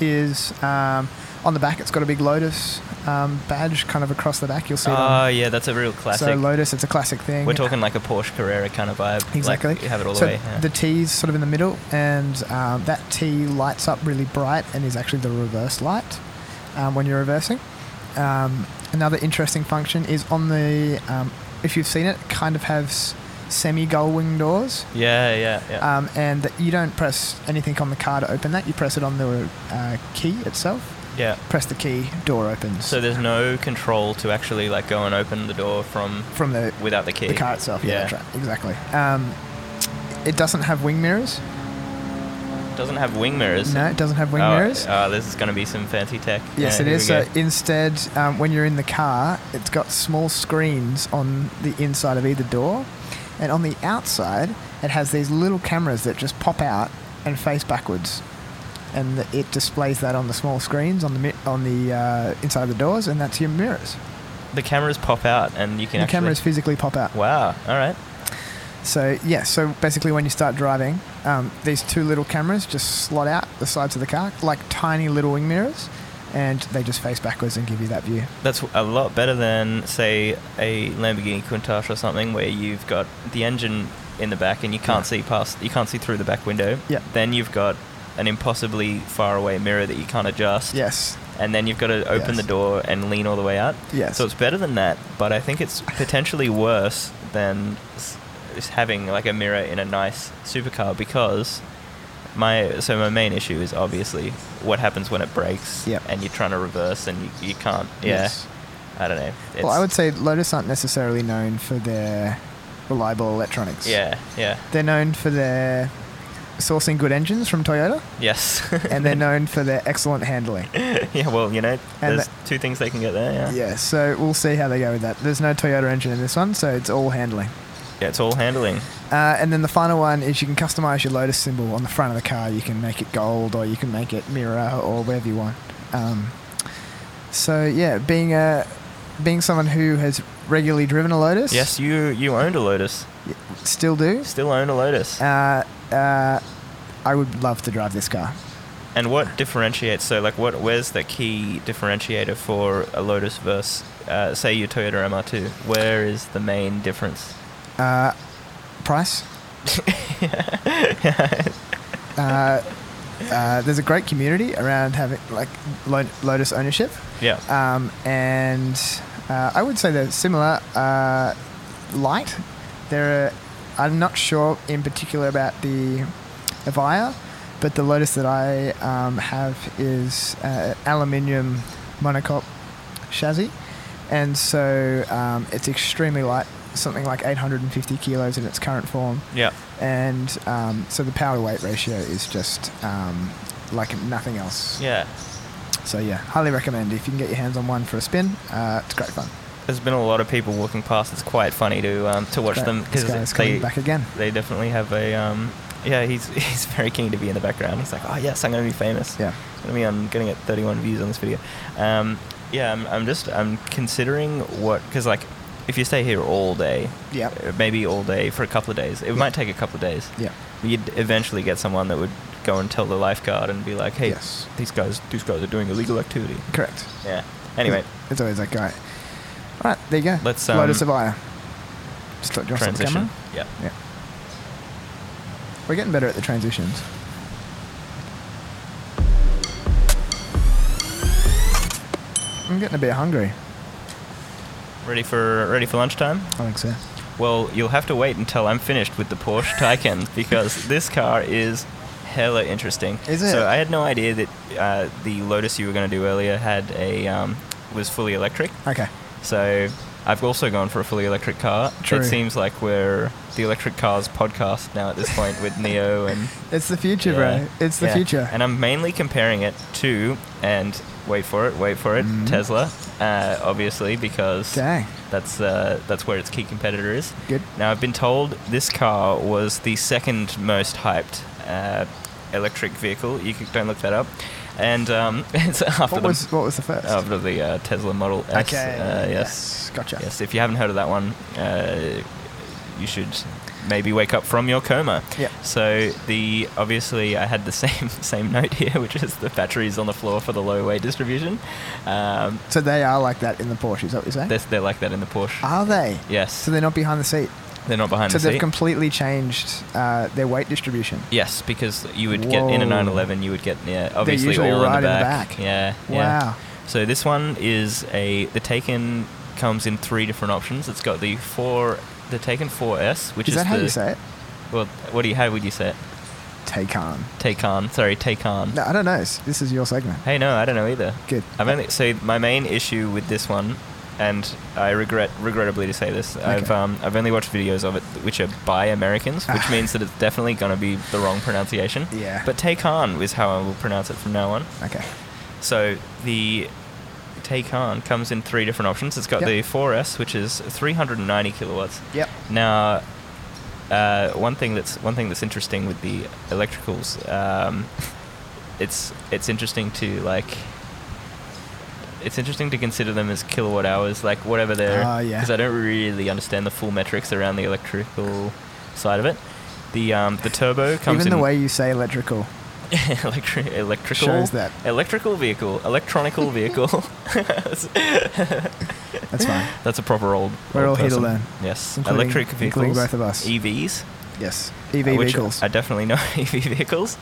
Speaker 2: is um, on the back it's got a big lotus um, badge kind of across the back you'll see it
Speaker 1: Oh
Speaker 2: on
Speaker 1: yeah, that's a real classic.
Speaker 2: so lotus it's a classic thing
Speaker 1: We're talking like a Porsche Carrera kind of vibe. like,
Speaker 2: Exactly.
Speaker 1: you have it all
Speaker 2: so
Speaker 1: the way. yeah.
Speaker 2: the t's sort of in the middle and um, that t lights up really bright and is actually the reverse light um, when you're reversing um, another interesting function is on the um, if you've seen it kind of has semi gull wing doors
Speaker 1: yeah, yeah, yeah.
Speaker 2: um, and that you don't press anything on the car to open that. You press it on the uh, key itself.
Speaker 1: yeah.
Speaker 2: Press the key, door opens.
Speaker 1: So there's no control to actually like go and open the door from
Speaker 2: from the
Speaker 1: without the key.
Speaker 2: the car itself. Yeah,
Speaker 1: Yeah.
Speaker 2: that's right. exactly. Um, it doesn't have wing mirrors.
Speaker 1: Doesn't have wing mirrors.
Speaker 2: No, it doesn't have wing
Speaker 1: oh,
Speaker 2: mirrors.
Speaker 1: Oh, this is going to be some fancy tech.
Speaker 2: Yes,
Speaker 1: Yeah,
Speaker 2: it
Speaker 1: here
Speaker 2: is.
Speaker 1: we
Speaker 2: So
Speaker 1: go.
Speaker 2: instead, um, when you're in the car, it's got small screens on the inside of either door, and on the outside, it has these little cameras that just pop out and face backwards, and th- it displays that on the small screens on the mi- on the uh, inside of the doors, and that's your mirrors.
Speaker 1: the cameras pop out, and you can
Speaker 2: the
Speaker 1: actually.
Speaker 2: cameras physically pop out.
Speaker 1: Wow. All right.
Speaker 2: So yeah, so basically when you start driving, um, these two little cameras just slot out the sides of the car like tiny little wing mirrors, and they just face backwards and give you that view.
Speaker 1: That's a lot better than, say, a Lamborghini Countach or something, where you've got the engine in the back and you can't see past, you can't see through the back window.
Speaker 2: Yeah.
Speaker 1: Then you've got an impossibly far away mirror that you can't adjust.
Speaker 2: Yes,
Speaker 1: And then you've got to open
Speaker 2: Yes.
Speaker 1: the door and lean all the way out.
Speaker 2: yes.
Speaker 1: So it's better than that, but I think it's potentially worse than s- s- having like a mirror in a nice supercar because my so my main issue is obviously what happens when it breaks
Speaker 2: Yep.
Speaker 1: and you're trying to reverse and you, you can't. Yeah,
Speaker 2: Yes.
Speaker 1: I don't know. It's,
Speaker 2: Well, I would say Lotus aren't necessarily known for their reliable electronics.
Speaker 1: Yeah, yeah,
Speaker 2: They're known for their sourcing good engines from Toyota,
Speaker 1: yes.
Speaker 2: and they're known for their excellent handling.
Speaker 1: yeah, well, you know,
Speaker 2: And
Speaker 1: there's two things they can get there. Yeah.
Speaker 2: Yeah, so we'll see how they go with that. There's no Toyota engine in this one, so it's all handling.
Speaker 1: Yeah, it's all handling.
Speaker 2: Uh, and then the final one is you can customize your Lotus symbol on the front of the car. You can make it gold, or you can make it mirror, or whatever you want. Um, so yeah, being a being someone who has regularly driven a Lotus,
Speaker 1: Yes, you you owned a Lotus.
Speaker 2: still do.
Speaker 1: Still own a Lotus.
Speaker 2: uh, uh, I would love to drive this car.
Speaker 1: And what differentiates? So, like, what where's the key differentiator for a Lotus versus, uh, say, your Toyota MR2? Where is the main difference?
Speaker 2: Uh, price? uh, uh, there's a great community around having like Lo- Lotus ownership,
Speaker 1: Yeah,
Speaker 2: um, and uh, I would say they're similar. Uh, light. There are. I'm not sure in particular about the Avaya, but the Lotus that I um, have is uh, aluminium monocoque chassis, and so um, it's extremely light, something like 850 kilos in its current form,
Speaker 1: yeah,
Speaker 2: and um, so the power to weight ratio is just um, like nothing else.
Speaker 1: yeah.
Speaker 2: So yeah, highly recommend if you can get your hands on one for a spin. Uh, it's great fun.
Speaker 1: There's been a lot of people walking past. It's quite funny to um, to watch
Speaker 2: Great.
Speaker 1: them because
Speaker 2: This guy's
Speaker 1: they
Speaker 2: coming back again.
Speaker 1: they definitely have a um, yeah. He's he's very keen to be in the background. He's like, oh yes, I'm gonna be famous.
Speaker 2: Yeah.
Speaker 1: I mean, I'm gonna get 31 views on this video. Um, yeah, I'm, I'm just I'm considering what because like if you stay here all day,
Speaker 2: Yeah.
Speaker 1: uh, maybe all day for a couple of days, it might take a couple of days.
Speaker 2: Yeah.
Speaker 1: You'd eventually get someone that would go and tell the lifeguard and be like, hey,
Speaker 2: Yes.
Speaker 1: these guys these guys are doing illegal activity.
Speaker 2: Correct.
Speaker 1: Yeah. Anyway,
Speaker 2: It's always that guy. All right, there you go.
Speaker 1: Let's,
Speaker 2: Lotus
Speaker 1: um,
Speaker 2: Avaya. Just do you want to stop the
Speaker 1: transition.
Speaker 2: camera?
Speaker 1: Yeah.
Speaker 2: Yeah. We're getting better at the transitions. I'm getting a bit hungry.
Speaker 1: Ready for ready for lunchtime?
Speaker 2: I think so.
Speaker 1: Well, you'll have to wait until I'm finished with the Porsche Taycan because this car is hella interesting.
Speaker 2: Is it?
Speaker 1: So I had no idea that uh, the Lotus you were going to do earlier had a um, was fully electric.
Speaker 2: Okay.
Speaker 1: So I've also gone for a fully electric car.
Speaker 2: True.
Speaker 1: It seems like we're the electric cars podcast now at this point with Neo and
Speaker 2: It's the future,
Speaker 1: Yeah.
Speaker 2: bro. It's the
Speaker 1: Yeah.
Speaker 2: future.
Speaker 1: And I'm mainly comparing it to and wait for it, wait for it,
Speaker 2: Mm.
Speaker 1: Tesla, uh, obviously because
Speaker 2: Dang.
Speaker 1: that's uh, that's where its key competitor is.
Speaker 2: Good.
Speaker 1: Now, I've been told this car was the second most hyped uh, electric vehicle. You can, don't look that up. And um, it's after
Speaker 2: What
Speaker 1: the,
Speaker 2: was, what was the first?
Speaker 1: after the uh, Tesla Model S.
Speaker 2: okay.
Speaker 1: Uh, yes.
Speaker 2: yes. Gotcha.
Speaker 1: Yes. If you haven't heard of that one, uh, you should maybe wake up from your coma.
Speaker 2: Yep.
Speaker 1: So the obviously I had the same same note here, which is the batteries on the floor for the low weight distribution. Um,
Speaker 2: So they are like that in the Porsche, is that what you're saying?
Speaker 1: they're, they're like that in the Porsche.
Speaker 2: are they?
Speaker 1: yes.
Speaker 2: Ah. So they're not behind the seat.
Speaker 1: they're not behind
Speaker 2: so
Speaker 1: the
Speaker 2: they've
Speaker 1: seat.
Speaker 2: completely changed uh, their weight distribution.
Speaker 1: Yes, because you would get in a
Speaker 2: Whoa.
Speaker 1: 911, you would get yeah, obviously
Speaker 2: usually
Speaker 1: all
Speaker 2: right
Speaker 1: in the back. Yeah, yeah.
Speaker 2: Wow.
Speaker 1: So this one is a the Taken comes in three different options. It's got the four the Taken 4S, which
Speaker 2: is
Speaker 1: is
Speaker 2: that
Speaker 1: the,
Speaker 2: how you say it?
Speaker 1: Well, what do you how would you say it?
Speaker 2: Taycan.
Speaker 1: Taken. Sorry, Taken.
Speaker 2: No, I don't know. This is your segment.
Speaker 1: Hey, no, I don't know either.
Speaker 2: Good.
Speaker 1: I've only so my main issue with this one and I regret regrettably to say this, I've
Speaker 2: Okay.
Speaker 1: um, I've only watched videos of it which are by Americans, which
Speaker 2: Ah.
Speaker 1: means that it's definitely going to be the wrong pronunciation.
Speaker 2: Yeah.
Speaker 1: But Taycan is how I will pronounce it from now on.
Speaker 2: Okay.
Speaker 1: So the Taycan comes in three different options. It's got
Speaker 2: Yep.
Speaker 1: the 4S, which is 390 kilowatts.
Speaker 2: Yep.
Speaker 1: Now, uh, one thing that's one thing that's interesting with the electricals, um, it's it's interesting to like. It's interesting to consider them as kilowatt hours, like whatever they're,
Speaker 2: Ah, yeah.
Speaker 1: I don't really understand the full metrics around the electrical side of it. The um, the turbo comes
Speaker 2: Even
Speaker 1: in
Speaker 2: the way you say electrical.
Speaker 1: electri- electrical
Speaker 2: Shows that.
Speaker 1: electrical vehicle, electronical vehicle.
Speaker 2: That's fine.
Speaker 1: That's a proper old.
Speaker 2: We're
Speaker 1: old
Speaker 2: all here to
Speaker 1: person.
Speaker 2: learn,
Speaker 1: Yes,
Speaker 2: including-
Speaker 1: electric vehicles, E
Speaker 2: including both of us.
Speaker 1: EVs,
Speaker 2: Yes.
Speaker 1: uh,
Speaker 2: EV
Speaker 1: which
Speaker 2: E vehicles.
Speaker 1: I definitely know EV vehicles.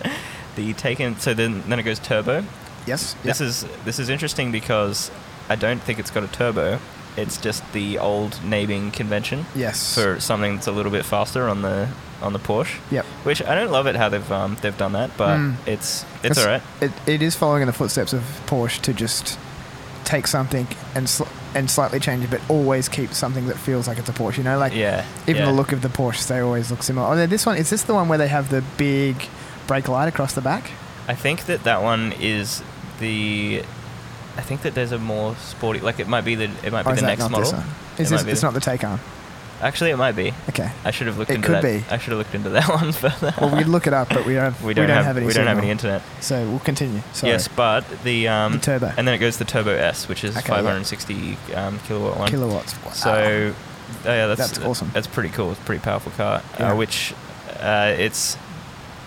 Speaker 1: The taken so then then it goes turbo.
Speaker 2: yes.
Speaker 1: This
Speaker 2: yep.
Speaker 1: is this is interesting because I don't think it's got a turbo. It's just the old naming convention
Speaker 2: Yes.
Speaker 1: for something that's a little bit faster on the on the Porsche.
Speaker 2: Yep.
Speaker 1: Which I don't love it how they've um, they've done that, but
Speaker 2: Mm.
Speaker 1: it's it's all right.
Speaker 2: It, it is following in the footsteps of Porsche to just take something and sl- and slightly change it, but always keep something that feels like it's a Porsche. You know, like
Speaker 1: yeah.
Speaker 2: even
Speaker 1: yeah.
Speaker 2: the look of the Porsche, they always look similar. Oh, no, this one is this the one where they have the big brake light across the back?
Speaker 1: I think that that one is the. I think that there's a more sporty, like it might be the it might be
Speaker 2: Or is
Speaker 1: the
Speaker 2: that
Speaker 1: next
Speaker 2: not
Speaker 1: model.
Speaker 2: this one? Is
Speaker 1: It
Speaker 2: this,
Speaker 1: might be
Speaker 2: it's
Speaker 1: the-
Speaker 2: not the Taycan.
Speaker 1: Actually, it might be.
Speaker 2: Okay.
Speaker 1: I should have looked
Speaker 2: It
Speaker 1: into
Speaker 2: could
Speaker 1: that.
Speaker 2: be.
Speaker 1: I should have looked into that one further.
Speaker 2: Well, we look it up, but we don't.
Speaker 1: we don't, have,
Speaker 2: any.
Speaker 1: we don't have
Speaker 2: signal.
Speaker 1: any internet.
Speaker 2: So we'll continue. Sorry.
Speaker 1: Yes, but the um
Speaker 2: The turbo.
Speaker 1: and then it goes to the Turbo S, which is
Speaker 2: Okay, yeah.
Speaker 1: 560 um, kilowatt one.
Speaker 2: Kilowatts. Wow.
Speaker 1: So, oh yeah, that's,
Speaker 2: That's awesome.
Speaker 1: That's pretty cool. It's a pretty powerful car.
Speaker 2: Yeah.
Speaker 1: Uh, which, uh, its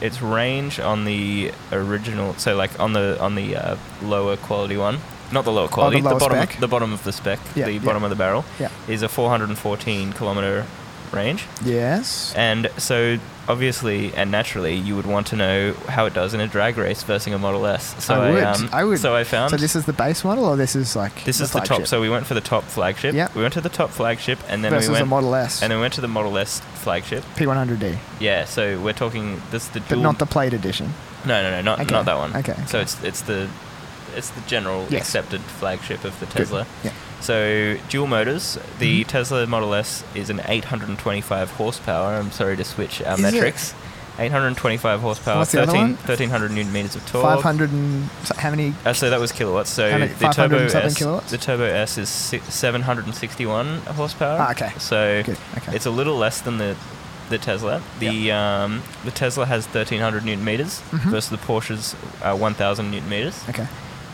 Speaker 1: its range on the original, so like on the on the uh, lower quality one, not the lower quality,
Speaker 2: lower
Speaker 1: bottom
Speaker 2: spec?
Speaker 1: Of, the bottom of the spec,
Speaker 2: Yeah,
Speaker 1: the
Speaker 2: yeah.
Speaker 1: bottom of the barrel,
Speaker 2: Yeah.
Speaker 1: is a 414 kilometer range.
Speaker 2: Yes.
Speaker 1: And so, obviously and naturally, you would want to know how it does in a drag race versus a Model S. So
Speaker 2: I
Speaker 1: I,
Speaker 2: would.
Speaker 1: um,
Speaker 2: I would.
Speaker 1: So I found
Speaker 2: So this is the base model, or this is like
Speaker 1: this
Speaker 2: the
Speaker 1: is the top.
Speaker 2: flagship?
Speaker 1: So we went for the top flagship.
Speaker 2: Yeah.
Speaker 1: We went to the top flagship, and then
Speaker 2: versus
Speaker 1: we went
Speaker 2: a Model S
Speaker 1: and then we went to the Model S flagship.
Speaker 2: P100D,
Speaker 1: Yeah, so we're talking this the
Speaker 2: but
Speaker 1: dual.
Speaker 2: not the plate edition.
Speaker 1: no, no, no, not
Speaker 2: Okay,
Speaker 1: not that one.
Speaker 2: okay,
Speaker 1: So
Speaker 2: okay.
Speaker 1: it's it's the it's the general
Speaker 2: Yes.
Speaker 1: accepted flagship of the
Speaker 2: Good.
Speaker 1: Tesla.
Speaker 2: Yeah.
Speaker 1: So dual motors. The
Speaker 2: Mhm.
Speaker 1: Tesla Model S is an 825 horsepower. I'm sorry to switch our
Speaker 2: Is it?
Speaker 1: metrics. 825 horsepower,
Speaker 2: What's the other one?
Speaker 1: 1300 newton meters of torque.
Speaker 2: 500 and so- how many?
Speaker 1: Uh, so that was kilowatts. So
Speaker 2: How many-
Speaker 1: the
Speaker 2: 500
Speaker 1: turbo
Speaker 2: and something
Speaker 1: S,
Speaker 2: kilowatts?
Speaker 1: the turbo S is si- 761 horsepower.
Speaker 2: Ah, okay.
Speaker 1: So
Speaker 2: Good, okay.
Speaker 1: it's a little less than the the Tesla. The um, the Tesla has 1300 newton meters
Speaker 2: Mhm.
Speaker 1: versus the Porsche's uh, 1000 newton meters,
Speaker 2: Okay.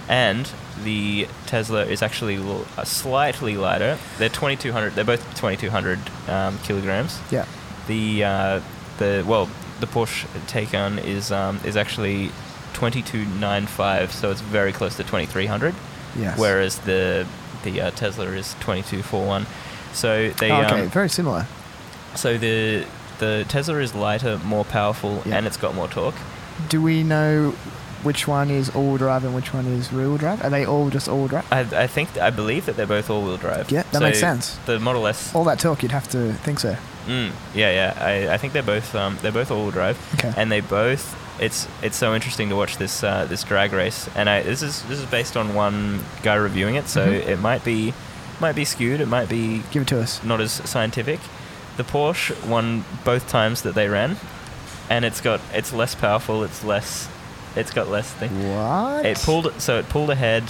Speaker 1: and the Tesla is actually l- uh, slightly lighter. They're 2200. They're both 2200 um, kilograms.
Speaker 2: Yeah.
Speaker 1: The uh, the well, the Porsche Taycan is um, is actually 2295, so it's very close to 2300.
Speaker 2: Yes.
Speaker 1: Whereas the the uh, Tesla is 2241. So they
Speaker 2: Oh, okay.
Speaker 1: um,
Speaker 2: Very similar.
Speaker 1: so the the Tesla is lighter, more powerful,
Speaker 2: Yeah.
Speaker 1: and it's got more torque.
Speaker 2: Do we know which one is all drive and which one is rear drive? Are they all just all drive?
Speaker 1: I, I think I believe that they're both all-wheel drive.
Speaker 2: Yeah, that
Speaker 1: So
Speaker 2: makes sense.
Speaker 1: The Model S.
Speaker 2: all that talk, you'd have to think so.
Speaker 1: Mm, yeah, yeah. I, I think they're both um, they're both all-wheel drive,
Speaker 2: Okay.
Speaker 1: and they both it's it's so interesting to watch this uh, this drag race. And I this is this is based on one guy reviewing it, so
Speaker 2: Mhm.
Speaker 1: it might be might be skewed. It might be
Speaker 2: Give it to us.
Speaker 1: not as scientific. The Porsche won both times that they ran, and it's got it's less powerful. It's less it's got less thing.
Speaker 2: What?
Speaker 1: It pulled so it pulled ahead.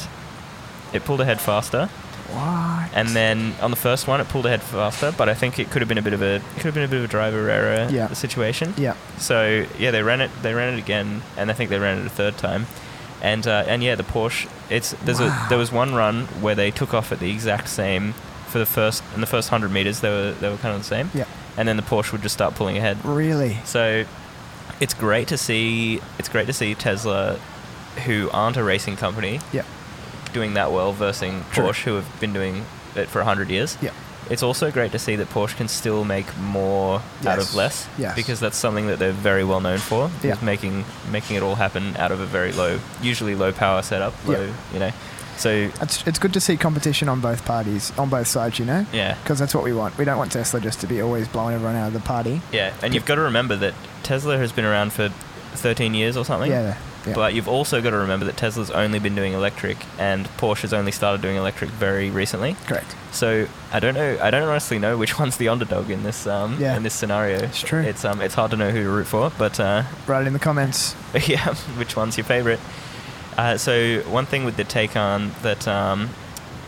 Speaker 1: It pulled ahead faster,
Speaker 2: What?
Speaker 1: and then on the first one it pulled ahead faster. But I think it could have been a bit of a it could have been a bit of a driver error
Speaker 2: Yeah.
Speaker 1: situation.
Speaker 2: Yeah.
Speaker 1: So yeah, they ran it. They ran it again, and I think they ran it a third time. And uh, and yeah, the Porsche. It's there's
Speaker 2: Wow.
Speaker 1: a there was one run where they took off at the exact same for the first in the first hundred meters. They were they were kind of the same.
Speaker 2: Yeah.
Speaker 1: And then the Porsche would just start pulling ahead.
Speaker 2: Really?
Speaker 1: So it's great to see it's great to see Tesla, who aren't a racing company,
Speaker 2: Yeah.
Speaker 1: doing that well versus
Speaker 2: True.
Speaker 1: Porsche, who have been doing it for hundred years.
Speaker 2: Yeah.
Speaker 1: It's also great to see that Porsche can still make more out of
Speaker 2: Yes.
Speaker 1: less,
Speaker 2: Yes.
Speaker 1: because that's something that they're very well known for.
Speaker 2: Yeah.
Speaker 1: Is making making it all happen out of a very low, usually low power setup.
Speaker 2: Yeah.
Speaker 1: Low, you know. So
Speaker 2: It's, it's good to see competition on both parties, on both sides, you know?
Speaker 1: yeah,
Speaker 2: Because that's what we want. We don't want Tesla just to be always blowing everyone out of the party.
Speaker 1: yeah, and you've got to remember that Tesla has been around for thirteen years or something.
Speaker 2: Yeah. Yeah.
Speaker 1: But you've also got to remember that Tesla's only been doing electric, and Porsche's only started doing electric very recently.
Speaker 2: Correct.
Speaker 1: So I don't know. I don't honestly know which one's the underdog in this um,
Speaker 2: Yeah.
Speaker 1: in this scenario.
Speaker 2: It's true.
Speaker 1: It's um it's hard to know who to root for, but uh,
Speaker 2: Write it in the comments.
Speaker 1: yeah, which one's your favorite? Uh, so one thing with the Taycan that um,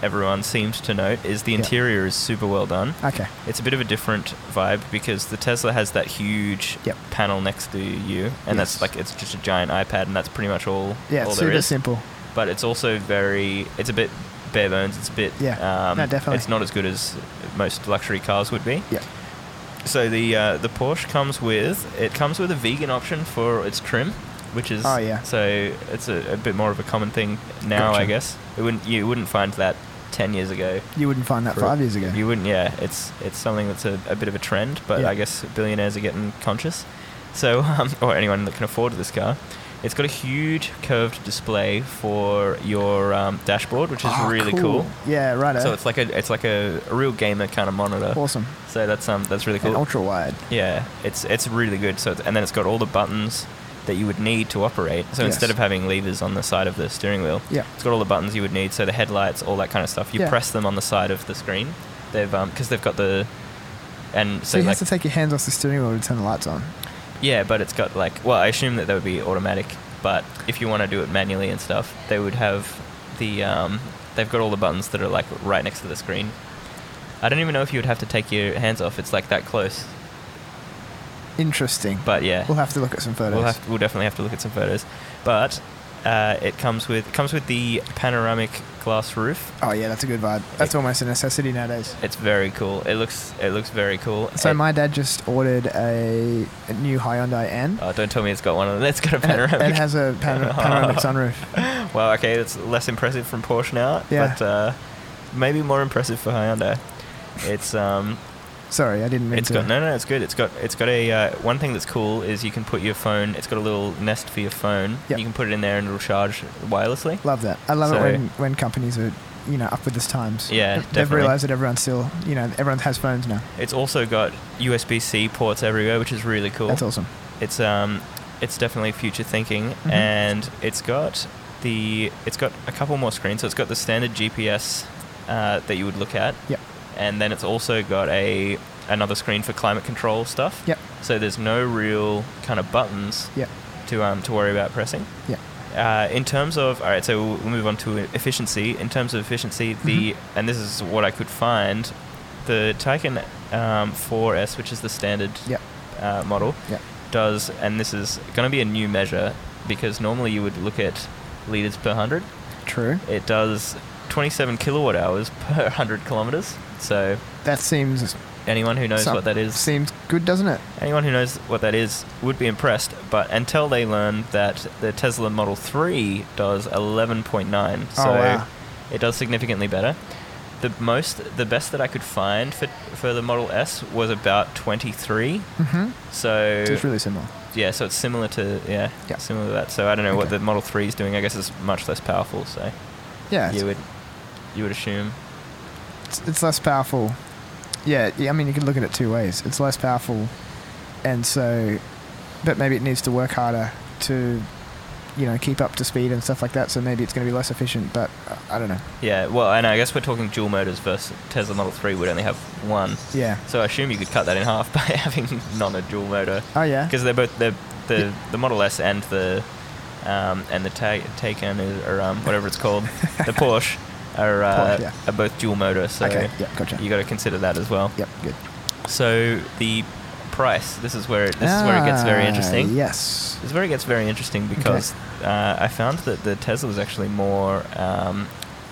Speaker 1: everyone seems to note is the
Speaker 2: Yeah.
Speaker 1: interior is super well done.
Speaker 2: Okay.
Speaker 1: It's a bit of a different vibe because the Tesla has that huge
Speaker 2: Yep.
Speaker 1: panel next to you, and
Speaker 2: Yes.
Speaker 1: that's like it's just a giant iPad, and that's pretty much all
Speaker 2: Yeah,
Speaker 1: all
Speaker 2: it's
Speaker 1: there
Speaker 2: super
Speaker 1: is.
Speaker 2: simple.
Speaker 1: But it's also very it's a bit bare bones. It's a bit
Speaker 2: Yeah.
Speaker 1: um,
Speaker 2: No, definitely.
Speaker 1: It's not as good as most luxury cars would be.
Speaker 2: Yeah.
Speaker 1: So the uh, the Porsche comes with it comes with a vegan option for its trim, which is
Speaker 2: Oh, yeah.
Speaker 1: So it's a, a bit more of a common thing now,
Speaker 2: Gotcha.
Speaker 1: I guess. It wouldn't you wouldn't find that ten years ago.
Speaker 2: You wouldn't find that
Speaker 1: For-
Speaker 2: five years ago.
Speaker 1: You wouldn't, yeah. It's it's something that's a, a bit of a trend, but
Speaker 2: Yeah.
Speaker 1: I guess billionaires are getting conscious. So, um, or anyone that can afford this car, it's got a huge curved display for your um, dashboard, which is
Speaker 2: Oh,
Speaker 1: really cool.
Speaker 2: Yeah, right.
Speaker 1: So it's like a it's like a, a real gamer kind of monitor.
Speaker 2: awesome.
Speaker 1: So that's um that's really cool.
Speaker 2: And ultra wide.
Speaker 1: Yeah, it's it's really good. So it's, and then it's got all the buttons that you would need to operate. So
Speaker 2: Yes.
Speaker 1: instead of having levers on the side of the steering wheel,
Speaker 2: Yeah.
Speaker 1: it's got all the buttons you would need. So the headlights, all that kind of stuff. You
Speaker 2: Yeah.
Speaker 1: press them on the side of the screen. They've um because they've got the and
Speaker 2: So
Speaker 1: so
Speaker 2: you
Speaker 1: like
Speaker 2: have to take your hands off the steering wheel to turn the lights on.
Speaker 1: yeah, but it's got like well I assume that that would be automatic, but if you want to do it manually and stuff, they would have the um they've got all the buttons that are like right next to the screen. I don't even know if you would have to take your hands off. It's like that close.
Speaker 2: Interesting.
Speaker 1: But yeah.
Speaker 2: we'll have to look at some photos.
Speaker 1: We'll have we'll definitely have to look at some photos, but uh, it comes with it comes with the panoramic glass roof.
Speaker 2: oh yeah, that's a good vibe. That's
Speaker 1: It-
Speaker 2: almost a necessity nowadays.
Speaker 1: It's very cool. It looks it looks very cool.
Speaker 2: So
Speaker 1: It-
Speaker 2: my dad just ordered a, a new Hyundai N.
Speaker 1: oh, don't tell me it's got one of them. It's got a
Speaker 2: and it-
Speaker 1: panoramic.
Speaker 2: and it has a panor- panoramic sunroof.
Speaker 1: Well, okay, that's less impressive from Porsche now,
Speaker 2: Yeah.
Speaker 1: but uh, maybe more impressive for Hyundai. It's um,
Speaker 2: Sorry, I didn't mean
Speaker 1: it's
Speaker 2: to.
Speaker 1: got no, no, it's good. It's got it's got a uh, one thing that's cool is you can put your phone. It's got a little nest for your phone.
Speaker 2: Yep.
Speaker 1: You can put it in there and it'll charge wirelessly.
Speaker 2: Love that. I love it
Speaker 1: So-
Speaker 2: when, when companies are, you know, up with this times.
Speaker 1: Yeah,
Speaker 2: They've
Speaker 1: definitely.
Speaker 2: realised that everyone's still, you know, everyone has phones now.
Speaker 1: It's also got USB C ports everywhere, which is really cool.
Speaker 2: That's awesome.
Speaker 1: It's um, it's definitely future thinking,
Speaker 2: Mhm.
Speaker 1: and it's got the it's got a couple more screens. So it's got the standard GPS uh, that you would look at,
Speaker 2: Yep.
Speaker 1: and then it's also got a another screen for climate control stuff.
Speaker 2: Yep.
Speaker 1: So there's no real kind of buttons
Speaker 2: Yep.
Speaker 1: to um, to worry about pressing.
Speaker 2: Yep.
Speaker 1: Uh, in terms of all right, so we'll move on to efficiency. In terms of efficiency, the
Speaker 2: Mm-hmm.
Speaker 1: and this is what I could find, the Taycan um, 4S, which is the standard
Speaker 2: Yep.
Speaker 1: uh, model,
Speaker 2: Yep.
Speaker 1: does and this is going to be a new measure because normally you would look at liters per hundred.
Speaker 2: True.
Speaker 1: It does 27 kilowatt hours per 100 kilometers. So
Speaker 2: That seems
Speaker 1: anyone who knows
Speaker 2: some-
Speaker 1: what that is
Speaker 2: Seems good, doesn't it?
Speaker 1: Anyone who knows what that is would be impressed, but until they learn that the Tesla Model 3 does 11.9, so
Speaker 2: Oh, wow.
Speaker 1: it does significantly better. The most, the best that I could find for, for the Model S was about 23.
Speaker 2: Mm-hmm.
Speaker 1: So
Speaker 2: It's really similar.
Speaker 1: yeah, so it's similar to yeah,
Speaker 2: Yeah.
Speaker 1: similar to that. So I don't know what
Speaker 2: Okay.
Speaker 1: the Model 3 is doing. I guess it's much less powerful. So
Speaker 2: Yeah.
Speaker 1: you
Speaker 2: It's,
Speaker 1: would you would assume
Speaker 2: it's, it's less powerful. Yeah, yeah. I mean, you can look at it two ways. It's less powerful, and so, but maybe it needs to work harder to, you know, keep up to speed and stuff like that. So maybe it's going to be less efficient. But uh, I don't know.
Speaker 1: yeah. Well, and I guess we're talking dual motors versus Tesla Model 3 would only have one.
Speaker 2: Yeah.
Speaker 1: So I assume you could cut that in half by having non a dual motor
Speaker 2: Oh yeah.
Speaker 1: because they're both the the the Model S and the um, and the Ta- Taycan is- or um, whatever it's called the Porsche are uh,
Speaker 2: Porsche, yeah.
Speaker 1: are both dual motor. So
Speaker 2: okay. Yep. Gotcha.
Speaker 1: you got to consider that as well.
Speaker 2: Yep. Good.
Speaker 1: So the price this is where it, this is where it gets very
Speaker 2: Ah,
Speaker 1: interesting.
Speaker 2: Yes.
Speaker 1: This is where it gets very interesting because uh, I found that the Tesla was actually more um,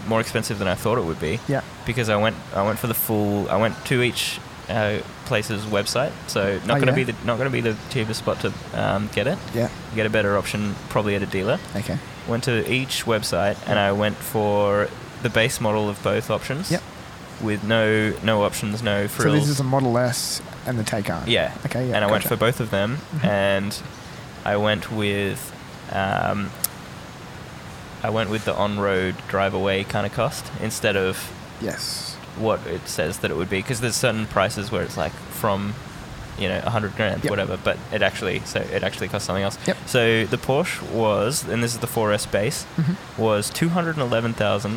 Speaker 1: more expensive than I thought it would be
Speaker 2: Yeah.
Speaker 1: because I went I went for the full I went to each uh, place's website so not
Speaker 2: Oh,
Speaker 1: gonna
Speaker 2: yeah?
Speaker 1: be the not gonna be the cheapest spot to um, get it
Speaker 2: Yeah.
Speaker 1: you get a better option probably at a dealer
Speaker 2: Okay.
Speaker 1: went to each website and I went for the base model of both options
Speaker 2: Yep.
Speaker 1: with no no options no
Speaker 2: So
Speaker 1: frills
Speaker 2: this is a Model S and the Taycan.
Speaker 1: yeah
Speaker 2: Okay. Yeah.
Speaker 1: and I went for
Speaker 2: gotcha.
Speaker 1: both of them
Speaker 2: Mhm.
Speaker 1: and I went with um, I went with the on-road drive away kind of cost instead of
Speaker 2: Yes.
Speaker 1: what it says that it would be because there's certain prices where it's like from you know, 100 grand,
Speaker 2: Yep.
Speaker 1: whatever, but it actually, so it actually costs something else.
Speaker 2: Yep.
Speaker 1: So the Porsche was, and this is the 4S base,
Speaker 2: Mm-hmm.
Speaker 1: was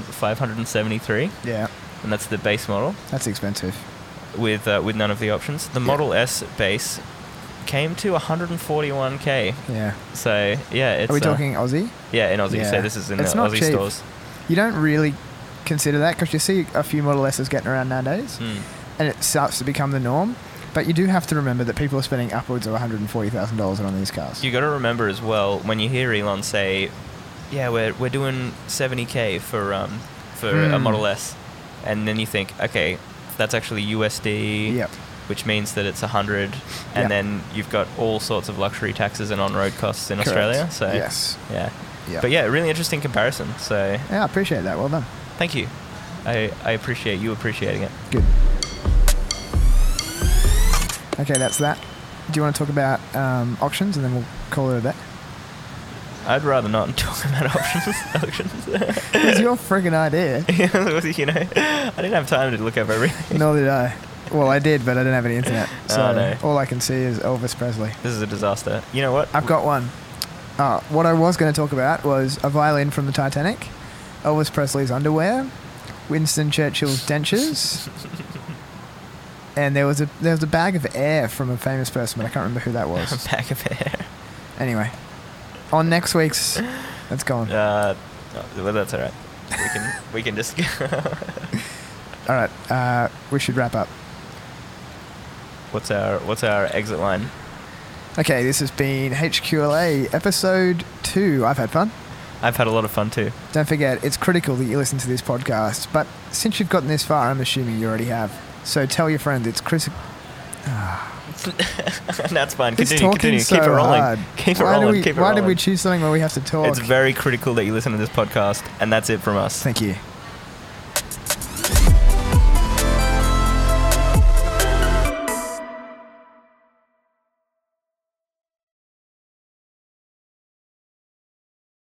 Speaker 1: 211,573,
Speaker 2: Yeah,
Speaker 1: and that's the base model
Speaker 2: that's expensive.
Speaker 1: with, uh, with none of the options. The
Speaker 2: Yeah.
Speaker 1: Model S base came to 141k.
Speaker 2: Yeah.
Speaker 1: So, yeah, it's.
Speaker 2: Are we
Speaker 1: uh,
Speaker 2: talking Aussie?
Speaker 1: yeah, in Aussie.
Speaker 2: Yeah.
Speaker 1: So this is in
Speaker 2: It's
Speaker 1: the
Speaker 2: not
Speaker 1: Aussie
Speaker 2: cheap.
Speaker 1: stores.
Speaker 2: You don't really consider that because you see a few Model S's getting around nowadays,
Speaker 1: Mm.
Speaker 2: and it starts to become the norm. But you do have to remember that people are spending upwards of one hundred and forty thousand dollars on these cars.
Speaker 1: You got to remember as well when you hear Elon say, "Yeah, we're we're doing 70k for um for a
Speaker 2: Hmm.
Speaker 1: Model S," and then you think, "Okay, that's actually USD."
Speaker 2: Yep.
Speaker 1: Which means that it's 100 and
Speaker 2: Yep.
Speaker 1: then you've got all sorts of luxury taxes and on-road costs in
Speaker 2: Correct.
Speaker 1: Australia. So
Speaker 2: yes,
Speaker 1: yeah.
Speaker 2: yeah,
Speaker 1: But yeah, really interesting comparison. So
Speaker 2: yeah, I appreciate that. Well done.
Speaker 1: thank you. I, I appreciate you appreciating it.
Speaker 2: Good. Okay, that's that. Do you want to talk about um, auctions and then we'll call it a day?
Speaker 1: I'd rather not talk about options. auctions.
Speaker 2: It was your friggin' idea.
Speaker 1: you know, I didn't have time to look over everything.
Speaker 2: Nor did I. Well, I did, but I didn't have any internet. So
Speaker 1: Oh, no.
Speaker 2: all I can see is Elvis Presley.
Speaker 1: This is a disaster. You know what?
Speaker 2: I've got one. Uh, what I was going to talk about was a violin from the Titanic, Elvis Presley's underwear, Winston Churchill's dentures, and there was a there was a bag of air from a famous person, but I can't remember who that was.
Speaker 1: pack of hair.
Speaker 2: Anyway, on next week's, that's gone.
Speaker 1: Uh, oh, well, that's all right. We can we can just
Speaker 2: All right, uh, we should wrap up.
Speaker 1: what's our what's our exit line?
Speaker 2: Okay, this has been HQLA episode two. I've had fun.
Speaker 1: I've had a lot of fun too.
Speaker 2: Don't forget, it's critical that you listen to this podcast. But since you've gotten this far, I'm assuming you already have. So tell your friends it's Chris.
Speaker 1: that's fine.
Speaker 2: It's
Speaker 1: Continue,
Speaker 2: talking
Speaker 1: continue.
Speaker 2: so
Speaker 1: keep it rolling.
Speaker 2: hard.
Speaker 1: Keep it
Speaker 2: why
Speaker 1: rolling.
Speaker 2: Do we,
Speaker 1: keep it
Speaker 2: why
Speaker 1: rolling.
Speaker 2: did we choose something where we have to talk?
Speaker 1: It's very critical that you listen to this podcast, and that's it from us.
Speaker 2: Thank you.